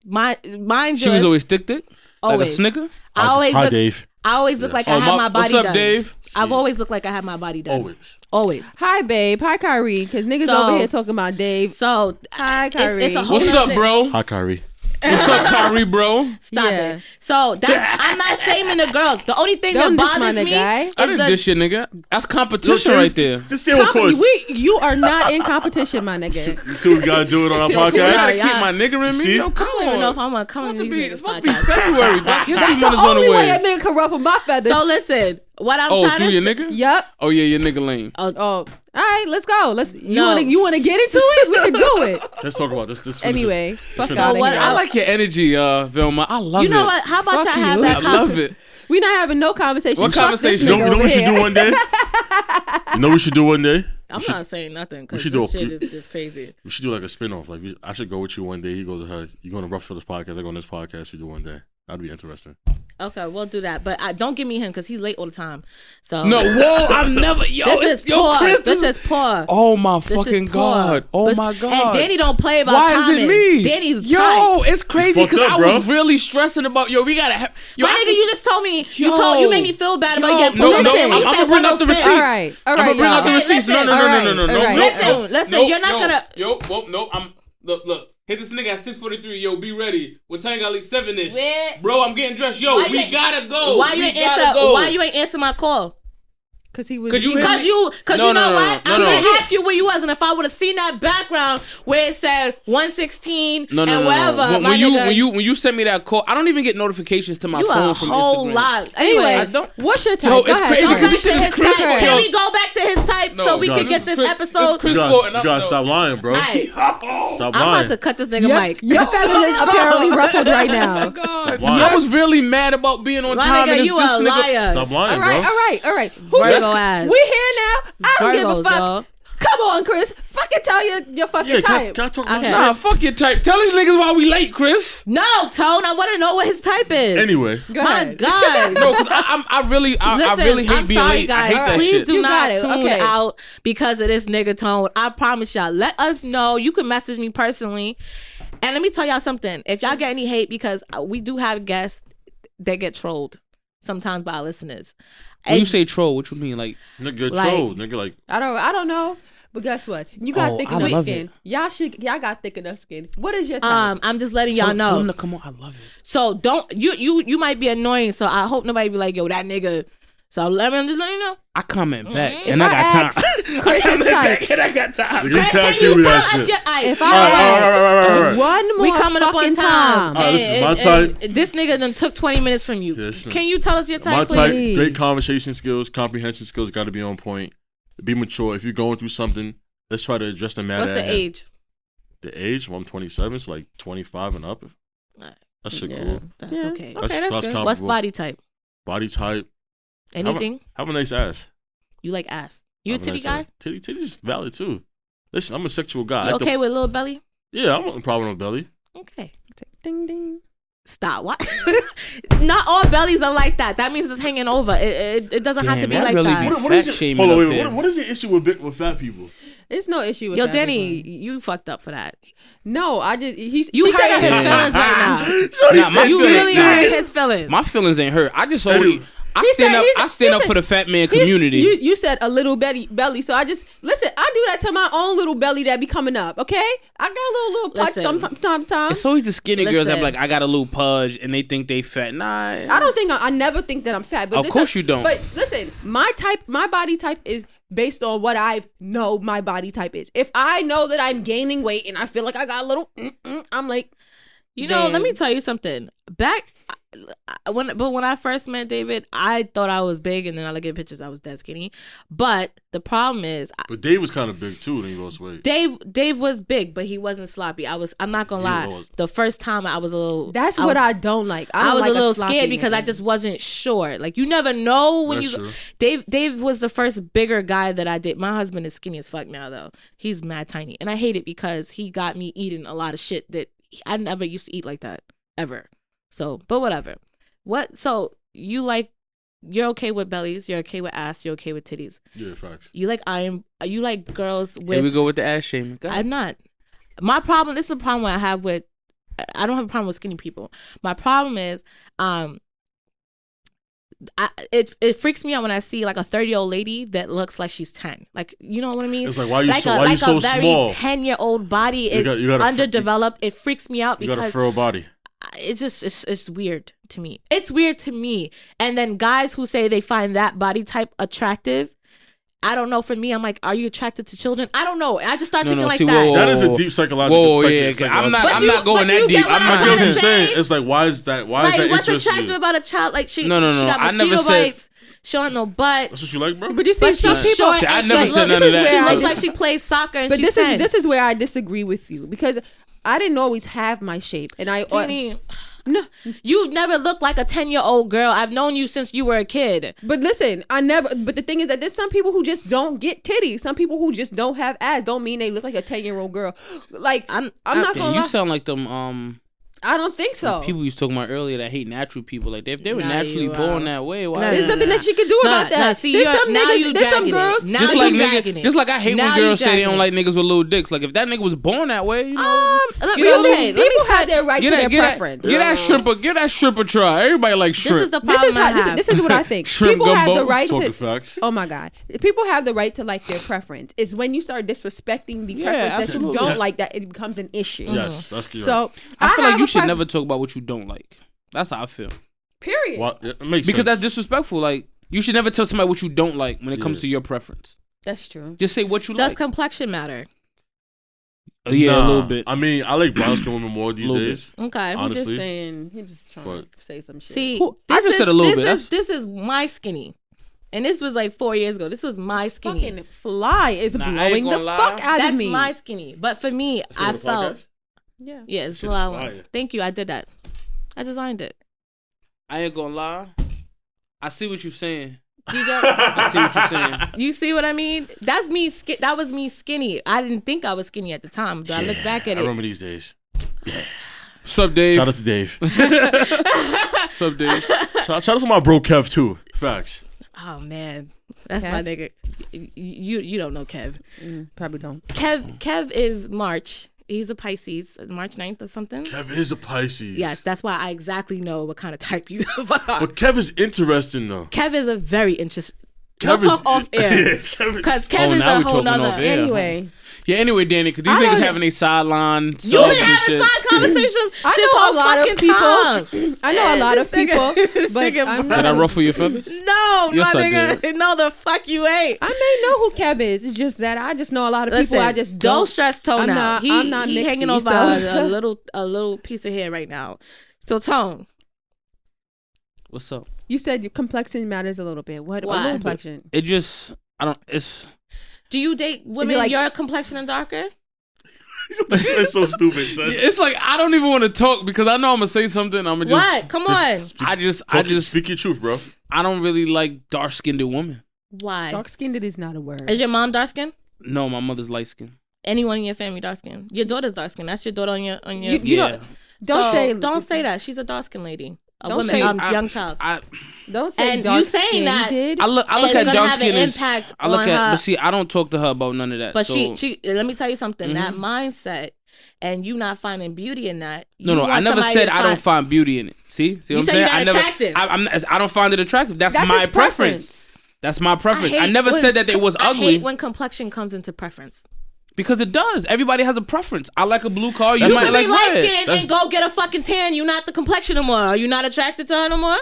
my mind She you, was is always thick, thick, like a Always. snicker. I always Hi, look. Dave. I always look like I Oh, had Ma- my body what's up, done. Dave? I've always looked like I had my body done. Always. Always. Hi babe, hi Kyrie, because niggas So- over here talking about Dave. So Hi it's- Kyrie. it's a whole What's up, nother- bro? Hi, Kyrie. What's up, Kyrie, bro? Stop Yeah. it. So that I'm not shaming the girls. The only thing Don't that diss my bothers me nigga. is I didn't the, dish your nigga. That's competition Look, right this- there. This damn course. We, you are not in competition, my nigga. You see what we gotta do it on our You gotta podcast. yeah. keep my nigga in me. See? Yo, come I don't even on. know if I'm gonna come It's in about to these be, it's niggas about to be podcast. February. Black History That's Month the is on only the way that way. nigga can ruffle my feathers. So listen, what I'm Oh, trying through to your say- nigga? yep. Oh, yeah, your nigga lame. Oh, Oh, all right, let's go. Let's you No. want to you want to get into it? We can do it. Let's talk about this. This finish this- anyway, this fuck finish out So what I I- like your energy, uh, Vilma. I love you know it. what? How about Fuck y'all have you. that? I love it. We're not having no conversation. What Fuck conversation? This nigga You know, you know what over we should do here. one day? You know what we should do one day? I'm not saying nothing because should this do a- shit is, is crazy. We should do like a spin off. Like we, I should go with you one day. He goes with her. You go on a rough for this podcast. I go on this podcast. We do one day. That'd be interesting. Okay, we'll do that. But I, don't give me him because he's late all the time. So No, whoa, I'm never. Yo, this it's, is yo, poor. Chris, this is poor. Oh my This is fucking poor. god! Oh But- my god! And Danny don't play about Why timing. is it me? Danny's yo, tight. it's crazy fucked because I up, was bro. really stressing about yo. We gotta. Ha- yo, My I nigga, can- you just told me you Yo. told you made me feel bad Yo, about getting no, pulled. no, Listen, I'm you gonna said bring out the 106. receipts. All right, all I'm right, gonna bring out the y'all. receipts. No, no, no, All no, right, no, no, no, all no. right. Listen, no, listen, no, you're not no. gonna- Yo, whoa, no, I'm. Look, look. Hit this nigga at 6:43. Yo, be ready. What time got like seven ish? Where- Bro, I'm getting dressed. Yo, Why you we ain't- gotta go. Why you We ain't gotta answer? go. Why you ain't answer my call? Cause he was. Cause you eating- hit Cause me- you, cause No, you know no, no, what? no, I was no. gonna ask you where you was, and if I would have seen that background where it said 116 No, and no, no, no, whatever, no. When, my when you nigga, when you when you sent me that call, I don't even get notifications to my you phone a from whole Instagram. lot. Anyway, Anyways, don't- what's your type? Yo, Go it's ahead, crazy. go go ahead. back This to shit is his crazy. type. Can Yo. we go back to his type No, so we no, can this get is this Chris- episode? this You Chris gotta, Paul and you I- gotta no. stop lying, bro. Aight, Stop I'm lying. about to cut this nigga Your- mic. Your feathers is apparently ruffled right now. God, Why? I was really mad about being on My time. nigga, and this, you this a nigga, liar. Stop lying, All right, bro. all right, all right. Who Virgo gives- ass. We here now. I don't give a Virgos, fuck. dog. Come on, Chris. Fucking tell your your fucking Yeah, can I, type. can I talk about Okay. shit? Nah, fuck your type. Tell these niggas why we late, Chris. No, Tone, I want to know what his type is. Anyway, Go My ahead. God. No, 'cause I, I'm, I really, I, Listen, I really hate am being sorry, late. I guys. hate that Please shit. do You not got it. tune Okay. out because of this nigga tone. I promise y'all. Let us know. You can message me personally, and let me tell y'all something. If y'all get any hate, because uh, we do have guests that get trolled sometimes by our listeners. When you And- say troll, what you mean? Like, nigga, Like- troll, nigga, like I don't. I don't know. But guess what? You got Oh, thick I enough love skin. Y'all should. Y'all got thick enough skin. What is your type? um, I'm just letting y'all tell- know. Tell them to come on. I love it. So don't you you you might be annoying. So I hope nobody be like, yo, that nigga. So let me I'm just let you know. I comment back, Mm. and I I [laughs] got asked time. Chris's type. and I got time. nigga, you Can tag team you with tell that us shit. your I, If All I right, all right, all right, all right, all right. one more we coming up on fucking time. Alright, this is my And- type. and This nigga done took 20 minutes from you. Yes, Can you tell us your type, My please? type, please. great conversation skills, comprehension skills got to be on point. Be mature. If you're going through something, let's try to address the matter. What's at the hand. age? The age? Well, I'm 27, so like 25 and up. That shit cool. That's Yeah. okay. That's, that's, comfortable. What's body type? Body type. Have a- Anything? Have a, nice ass. You like ass. You a Have titty nice guy? ass. Titty, titty's valid too. Listen, I'm a sexual guy. You I don't- okay with little belly? yeah, I'm a problem with belly. Okay. Ding ding. Stop. What? [laughs] Not all bellies are like that. That means it's hanging over. It, it, it doesn't have Damn, to be that like really that. be- Fat shaming hold on, up wait, wait, there. what, what is the issue with big, with fat people? It's no issue with Yo, that, Danny, everyone. you fucked up for that. No, I just he's. You she said hurting his it- feelings right now. [laughs] Shorty Nah, my said You feelings- really nah. hurting his feelings. [laughs] My feelings ain't hurt. I just Hey, always, dude. I He stand said- up. he's- I stand he up said- for the fat man he's- community. You, you said a little belly, belly. So I just listen. I do that to my own little belly that be coming up. Okay, I got a little little pudge Listen. sometimes. Sometime. It's always the skinny girls that Listen. be like, I got a little pudge, and they think they fat. Nah, I don't think I, I never think that I'm fat. But Of this- course you don't. But listen, my type, my body type is based on what I know my body type is. If I know that I'm gaining weight and I feel like I got a little, mm-mm, I'm like, You know, let Then- me tell you something. Back I- when, but when I first met David, I thought I was big, and then I look at pictures, I was dead skinny. But the problem is, I- But Dave was kind of big too, then he lost weight. Dave Dave was big, but he wasn't sloppy. I was. I'm not gonna You lie. was. The first time, I was a little. that's I what was- I don't like. I, I, don't was like a little sloppy scared because I nigga. just wasn't sure. Like you never know when That's you. true. Dave Dave was the first bigger guy that I did. My husband is skinny as fuck now though. He's mad tiny, and I hate it because he got me eating a lot of shit that I never used to eat like that ever. So, but whatever. What? So you like? You're okay with bellies. You're okay with ass. You're okay with titties. Yeah, facts. You like I am. You like girls Here with we go with the ass shaming. Go ahead. I'm not. My problem. This is the problem I have with. I don't have a problem with skinny people. My problem is, um, I, it it freaks me out when I see like a thirty year old lady that looks like she's ten. Like you know what I mean? It's like, why you so- why you so very small? Ten year old body You is got- you gotta fr- underdeveloped. it freaks me out You got a because frail [laughs] body. it's just it's, it's weird to me. It's weird to me. And then guys who say they find that body type attractive. I don't know. For me, I'm like, are you attracted to children? I don't know. I just start thinking like that. That is a deep psychological- Whoa, psych- yeah, psychological- I'm not. But I'm do you- not going but do you that get deep. what I'm I'm not I get what trying you're to say- going. saying. It's like, why is that? Why is Like, that what's interesting? attractive about a child? Like she, No, no, she no, got I mosquito never said- bites. She don't know butt. That's what you like, bro. But you see, But some she's people. short. See, I and she never looks- said none this of is that. She So looks this- like she plays soccer and But she's this 10. is this is where I disagree with you because I didn't always have my shape, and I Danny, no. you never looked like a 10 year old girl. I've known you since you were a kid. But listen, I never. But the thing is that there's some people who just don't get titties. Some people who just don't have ass. Don't mean they look like a ten year old girl. Like I'm, I'm not Yeah, gonna you lie. sound like them. Um, I don't think so. People you was talking about earlier that hate natural people. Like if they were Nah, naturally you born are. that way, why? Nah, there's nah, nothing nah. that she can do Nah, about that. nah, see, there's you're- some now niggas. you There's some dragging it. girls. Now just you like dragging niggas, it. just like I hate Now when you girls say they dragging don't it. like niggas with little dicks. Like if that nigga was born that way, you know. Um, let- Get out- okay, let me people tell- have their right get to that, their get preference. That, get that shrimp, a- get that shrimp a try. Everybody likes This shrimp. is the problem. This is I how. This have. is, this is what I think. Shrimp People have the gumbo. right Talking to. facts. Oh my God! People have the right to like their preference. It's when you start disrespecting the Yeah, preference that absolutely. you don't Yeah. like that it becomes an issue. Yes, that's correct. So I feel have like you a should pref- never talk about what you don't like. That's how I feel Period. Why- it makes because that's sense. disrespectful. Like you should never tell somebody what you don't like when it comes Yeah. to your preference. That's true. Just say what you Does like. complexion matter? Uh, yeah, a Nah, little bit. I mean, I like brown skin women more these Little bit. days. Okay. Honest- Just Honestly. saying. He just trying to say some shit. See, Cool. I this just is- said a little this bit. Is, this is my skinny, and this was like four years ago. This was my skinny. fucking fly is Nah, I ain't blowing the gonna lie. fuck out That's of me. [clears throat] my skinny. But for me, I felt yeah. yeah, it's Shit is low allowance. fire. Thank you. I did that. I designed it. I ain't gonna lie. I see what [laughs] you're saying. You get- I see what you're saying. You see what I mean? That's me. Ski- that was me skinny. I didn't think I was skinny at the time, but I look back at I it. remember these days. What's up, Dave? Shout out [laughs] to Dave. What's up, Dave? shout, shout out to my bro Kev too. Facts. oh man, that's my nigga. Y- You you don't know Kev. Probably don't. Kev Kev is March. He's a Pisces, March 9th or something. Kev is a Pisces. Yes, that's why I exactly know what kind of type you [laughs] are. But Kev is interesting though. Kev is a very interesting. We'll Kev is- talk off [laughs] Yeah, air [laughs] Kev is- because [laughs] Kev Oh, is now a we whole talking off nother. air. Anyway, Yeah, anyway, Danny, because these I niggas don't- having a sideline. You've been having [laughs] side conversations I this know a whole lot of fucking time. people. [clears throat] I know a lot of This people, nigga- [laughs] this but nigga- I'm Did I not. ruffle your feathers? No, Yes, my I nigga, [laughs] no, the fuck you ain't. I may know who Kev is. It's just that I just know a lot of Listen, people. I just don't, stress Tone I'm out. not- he I'm not he Nixie, hanging over so- [laughs] a, a little a little piece of hair right now. So Tone, What's up? You said your complexion matters a little bit. What? Why? What complexion? It just, I don't. It's do you date women like- your complexion and darker? That's so stupid, son. it's like I don't even want to talk because I know I'm gonna say something. I'm gonna just. what? Come Just on. speak- I just, I talk- just, speak your truth, bro. I don't really like dark skinned women. Why? Dark skinned is not a word. Is your mom dark skinned? No, my mother's light skinned. Anyone in your family dark skinned? Your daughter's dark skinned. That's your daughter on your on your. You- you yeah. don't- Don't So, say. don't say that. She's a dark skinned lady. A Don't woman, say- um, I- young child. I, Don't say. And you saying dark-skinned that- did. I look, I It's look at gonna dark have an skin as. impact I look on at, her- but see, I don't talk to her about none of that. But so- Mm-hmm. she, she, let me tell you something. That mindset, and you not finding beauty in that. No, you no, I want never somebody said to I don't find beauty in it. See, see what You I'm said saying? you're not I never, attractive. I, I'm not, I don't find it attractive. That's, That's my his preference. That's my preference. I, hate never when- said that it was I ugly hate when complexion comes into preference. because it does. Everybody has a preference. I like a blue car. You You You might should like be light red. skinned and go get a fucking tan. You not the complexion no more. Are you not attracted to her no more?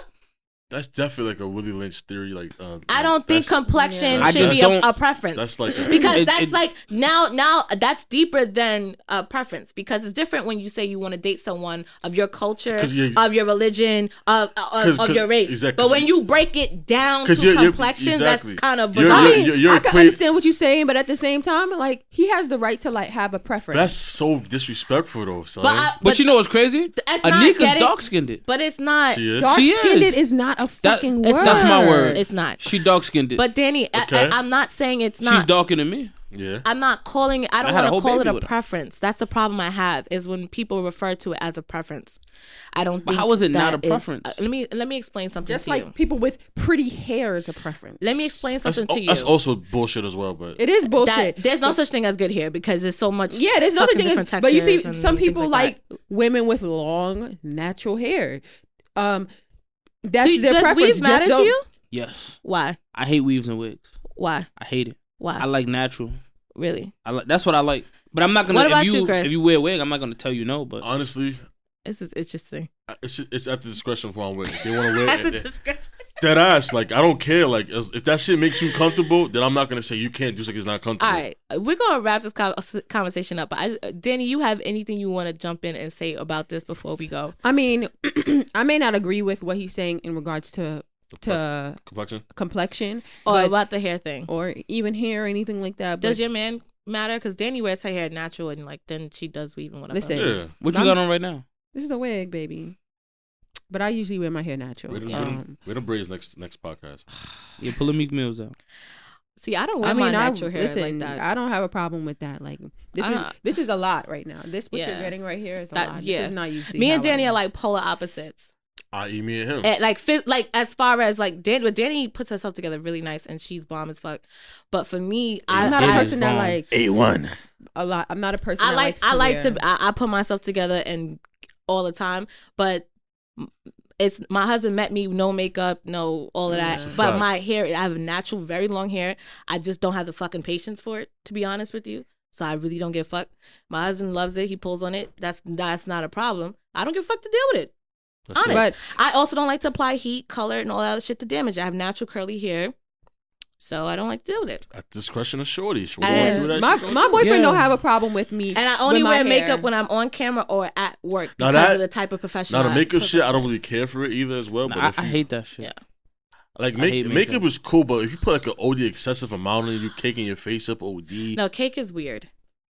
That's definitely like a Willie Lynch theory. Like, uh, I don't think that's- complexion Yeah. I should just be a, don't- a preference. That's like a- because It- that's it- like now now that's deeper than a preference because it's different when you say you want to date someone of your culture, 'Cause you- of your religion, of of, 'Cause- of 'cause- your race. exactly. But when you break it down to 'Cause you're- you're- complexion, exactly. that's kind of You're- bizarre. I you're- mean, you're- you're I can equate- understand what you're saying, but at the same time, like he has the right to like have a preference. That's so disrespectful, though, son. but, I, But, you know what's crazy? That's not Anika's getting- dark skinned it. but it's not. she is. dark skinned is. is. not a fucking it's- word. that's my word. It's not. She dark skinned it. But Danny, Okay. I, I, I'm not saying it's she's not. darker than me. yeah. I'm not calling it. I I don't had want a whole to call it baby a with her. preference. That's the problem I have is when people refer to it as a preference. I don't. But think how is it not that a preference? uh, let me let me explain something Just to like you. people with pretty hair is a preference. Let me explain That's, something to you. that's also bullshit as well, but It is that bullshit. there's no such thing as good hair because there's so much. yeah, there's nothing. fucking Thing different is, but you see, textures and some things people that. like, women with long natural hair. Um, that's Do, their does preference. weave Just matter to don't- you? Yes, Why? I hate weaves and wigs. Why? I hate it. Why? I like natural. really? I like that's what I like. But I'm not gonna. What about if you, Chris? If you wear a wig, I'm not gonna tell you no. But honestly, This is interesting. it's it's at the discretion of who I'm with. If They want [laughs] to wear That's a it. discretion. Dead ass. Like, I don't care. Like, as- if that shit makes you comfortable, then I'm not going to say you can't do something that's not All comfortable. right, we're gonna wrap this con- conversation up. But I, Danny, you have anything you want to jump in and say about this before we go? I mean, [clears throat] I may not agree with what he's saying in regards to to Complexion? complexion Or but- about the hair thing? or even hair or anything like that. Does but your man matter? Because Danny wears her hair natural and like then she does weave and whatever. Listen. Yeah. what you got on right now? this is a wig, baby. But I usually wear my hair natural. Um, Wait a Yeah. minute. Wait a braids next next podcast. You're pulling Meek Mills out. See, I don't wear I mean, my I natural hair listen. like that. I don't have a problem with that. Like this I is don't- this is a lot right now. This what Yeah. you're getting right here is a That- lot. yeah. This is not usually. me and how I Danny am. are like polar opposites. I.e., E, me and him. And, like, fit, like as far as like Dan, but Danny puts herself together really nice, and she's bomb as fuck. But for me, I, I'm not a I, person that like A one. a lot. I'm not a person. I that like likes I like wear- to I, I put myself together and all the time, but it's my husband met me no makeup, no all of that. That's a But fact. my hair, I have natural, very long hair. I just don't have the fucking patience for it, to be honest with you. So I really don't give a fuck. My husband loves it. He pulls on it. That's that's not a problem. I don't give a fuck to deal with it. Honest. But I also don't like to apply heat, color, and all that other shit to damage. I have natural curly hair, so I don't like to deal with it. At discretion of shorty. She And wouldn't do that my shit no my more. boyfriend Yeah. don't have a problem with me. And I only with my wear hair. makeup when I'm on camera or at work Now because that- of the type of professional. Now the I- makeup shit, I don't professional. really care for it either as well. But I, if I you, hate that shit. Yeah. like I make, hate makeup. makeup. is cool, but if you put like an OD excessive amount on it, you caking your face up OD. No, cake is weird.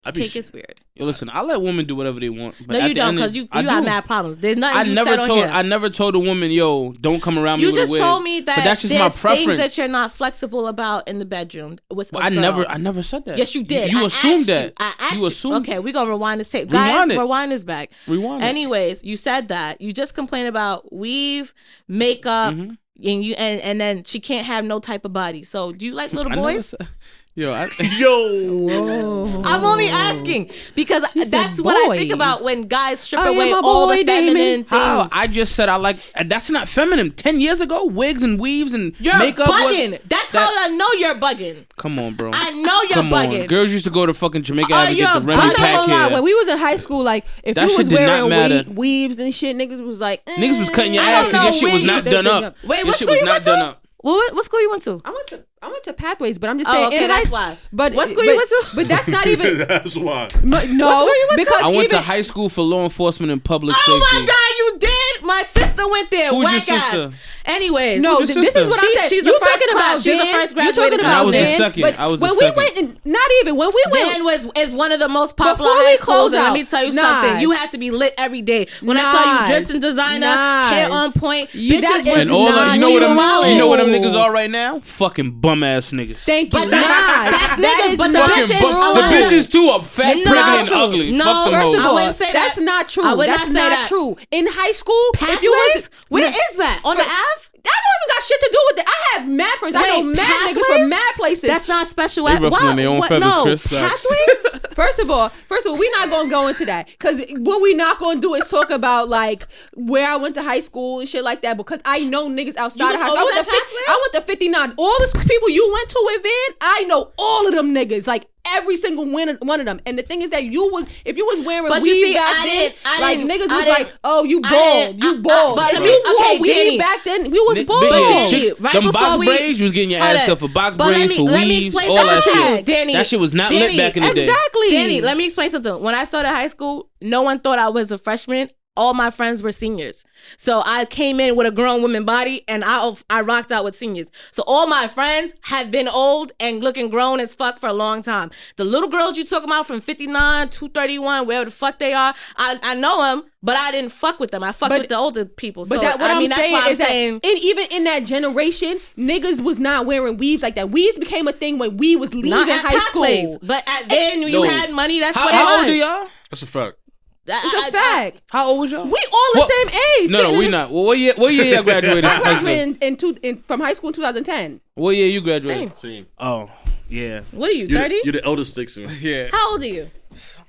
I'd be Cake is weird. Yo, listen, I let women do whatever they want. But no, you at the don't end of- because you you I do. have mad problems. There's nothing. I you never said on told here. I never told a woman, yo, don't come around you me with a just wig. told me that but that's just there's my things preference. that you're not flexible about in the bedroom with. But a I girl. never, I never said that. Yes, you did. You, I assumed asked that. You. I asked you assumed. Okay, we're gonna rewind this tape. Rewind Guys, it. rewind this back. Rewind it. Anyways, you said that. You just complained about weave, makeup, Mm-hmm. and you and, and then she can't have no type of body. So do you like little I never boys? said- yo, [laughs] I, [laughs] Yo, I'm only asking because Oh. said that's what I think boys. about when guys strip I am away a all boy, the Damon. feminine things. how? I just said I like. That's not feminine. Ten years ago, wigs and weaves and You're makeup. was- bugging. That's how I know you're bugging. Come on, bro. I know you're Come on. bugging. Girls used to go to fucking Jamaica Oh, Ave to get you're the bugging. Remy I'm not pack gonna lie. When here. we was in high school, like if That you shit was did not wearing matter. we- weaves and shit, niggas was like, eh. Niggas was cutting your I ass don't because your know shit was wigs. not They done did up. up. Wait, Your what shit school was you not went done to? up. Well, what, what school you went to? I went to I went to pathways, but I'm just Oh, saying. okay, and that's I- why. But What school but, you went to? But that's not [laughs] even. [laughs] that's why. m- no, school you went to? because I went even to high school for law enforcement and public Oh my safety. god, you did! My sister went there. Who's your Whack ass. sister? Anyways, No, Who's th- your this is sister? what She- I'm saying. she's the You're first talking class. She's about the Van. first You're graduated class. talking about I was the Van, second. But I was the when second. we went, in, not even when we went. Van was is one of the most popular Before we high schools, close and let out, me tell you Nas. something. You had to be lit every day. When I tell Nas. you, drips and designer, hair Nas. on point, You- that bitches was is and all not of, you know what I'm- allowed. them, you know what them allowed. niggas are right now? Fucking bum ass niggas. Thank you. But that- Nas. that's That niggas, is but the not bitches fucking true. bum. allowed. The bitches too up, fat, No, pregnant, and no, ugly. no, Fuck them first of First hoes. of I all, wouldn't say that's that. not true. I would that's not say not that. true. In high school, if you Pathways? was Where is that? On the Ave? I don't even got shit to do with that. I have mad friends. I know Wait, mad niggas pathways? from mad places. That's not special. They ed- ruffling Why- their own what- feathers, no. Chris Sacks. Pathways? First of all, first of all, we're not gonna go into that because what we not gonna do is talk about like where I went to high school and shit like that because I know niggas You outside was of high school. I always went, at to 50, Pathway? I went to 59. All the people you went to with Van, I know all of them niggas. Like every single one, one of them. And the thing is that you was if you was wearing But you weave see, back I then, didn't- I like didn't- niggas I was didn't- like, oh you I bald, didn't- you I- I- bald. but if I mean, you wore okay, weave Danny. back then, we was Ni- bald. big ass Danny, chicks. right them before box we- braids, you was getting your Hold ass up. cut for box But let braids, me- for let me weaves, explain all that something. shit. Danny, that shit was not Danny, lit back in the day. Exactly. Danny, let me explain something. When I started high school, no one thought I was a freshman. All my friends were seniors. So I came in with a grown woman body and I I rocked out with seniors. So all my friends have been old and looking grown as fuck for a long time. The little girls you talking about from 59, 231, wherever the fuck they are, I, I know them, but I didn't fuck with them. I fucked But- with the older people. But so that what I I mean, am that's saying why I'm is saying that and even in that generation, niggas was not wearing weaves like that. Weaves became a thing when we was leaving not at high pathways, school. But at then you No. had money, that's How, what how old it was. are uh, y'all? That's a fact. It's a fact. How old was y'all? we all the What- same age. No, no, sitting we in this- not. Well, what year? What year [laughs] y'all graduated? I from high school? graduated in, in two, in, from high school in 2010. What year you Same. graduated? Same. Oh, yeah, What are you, You're the, 30? you're the elder sticks [laughs] man. yeah. How old are you?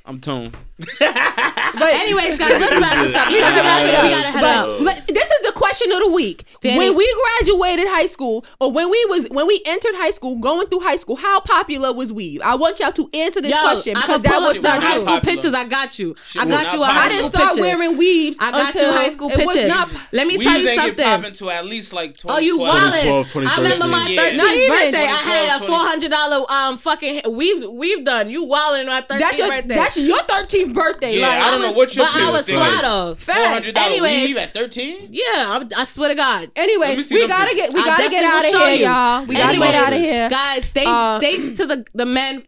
I'm tone. But [laughs] Anyways, guys, let's wrap this up. You gotta wrap it up. We gotta head But out. let- this is the question of the week. Danny. When we graduated high school, or when we was when we entered high school, going through high school, how popular was weave? I want y'all to answer this Yo, question I can because that pull up was some not high true. true. school pictures. I got you. I was got not you a popular. high I school didn't pictures. start wearing weaves. I got until you high school it was pictures. not- Let me We tell you didn't get popping something. to at least like 20, Oh, you wildin'. 2012, I remember my 13th 2013. Not birthday. even. I had a 2012, four hundred dollar um fucking we've we've done. You wildin' on my That's thirteenth your birthday. that's your 13th birthday. Yeah, like, I don't was- know what your but I was parents fly did. though. Facts. $400 Anyways. weave at 13? Yeah, I, I swear to God. Anyway, Let me see we them gotta pictures. get we I gotta get definitely out of will show here, you. y'all. We gotta Anyways, get out of here. Guys, thanks Uh, thanks to the the men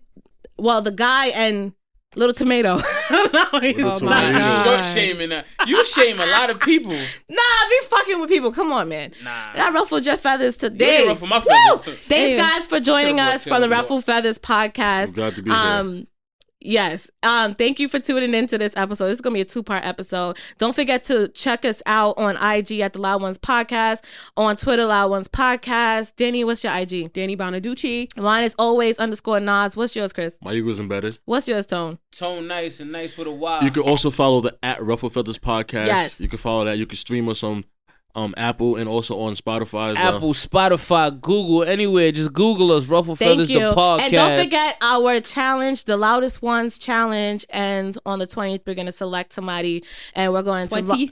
well, the guy and Little Tomato. [laughs] no, he's Little not. Tomato. Nah, God. Short shaming. that. You shame a lot of people. I be fucking with people. Come on, man. Nah. I ruffled your feathers today. ruffle my Woo! feathers. Thanks, Yeah. guys, for joining Should've us walked for the in with Ruffle Feathers podcast. I'm glad to be here. um, Yes. Um, thank you for tuning into this episode. This is gonna be a two-part episode. Don't forget to check us out on IG at the Loud Ones Podcast, on Twitter, Loud Ones Podcast. Danny, what's your IG? Danny Bonaducci. Mine is always underscore Nas. What's yours, Chris? My ego's embedded. What's yours, Tone? Tone nice and nice with a Y. You can also follow the at Ruffle Feathers podcast. Yes. You can follow that. You can stream us on um, Apple and also on Spotify as Apple, well. Spotify, Google, anywhere. Just Google us, Ruffle Thank Feathers you. the podcast. And don't forget our challenge, the loudest ones challenge. And on the 20th, we're gonna select somebody and we're going to 20th.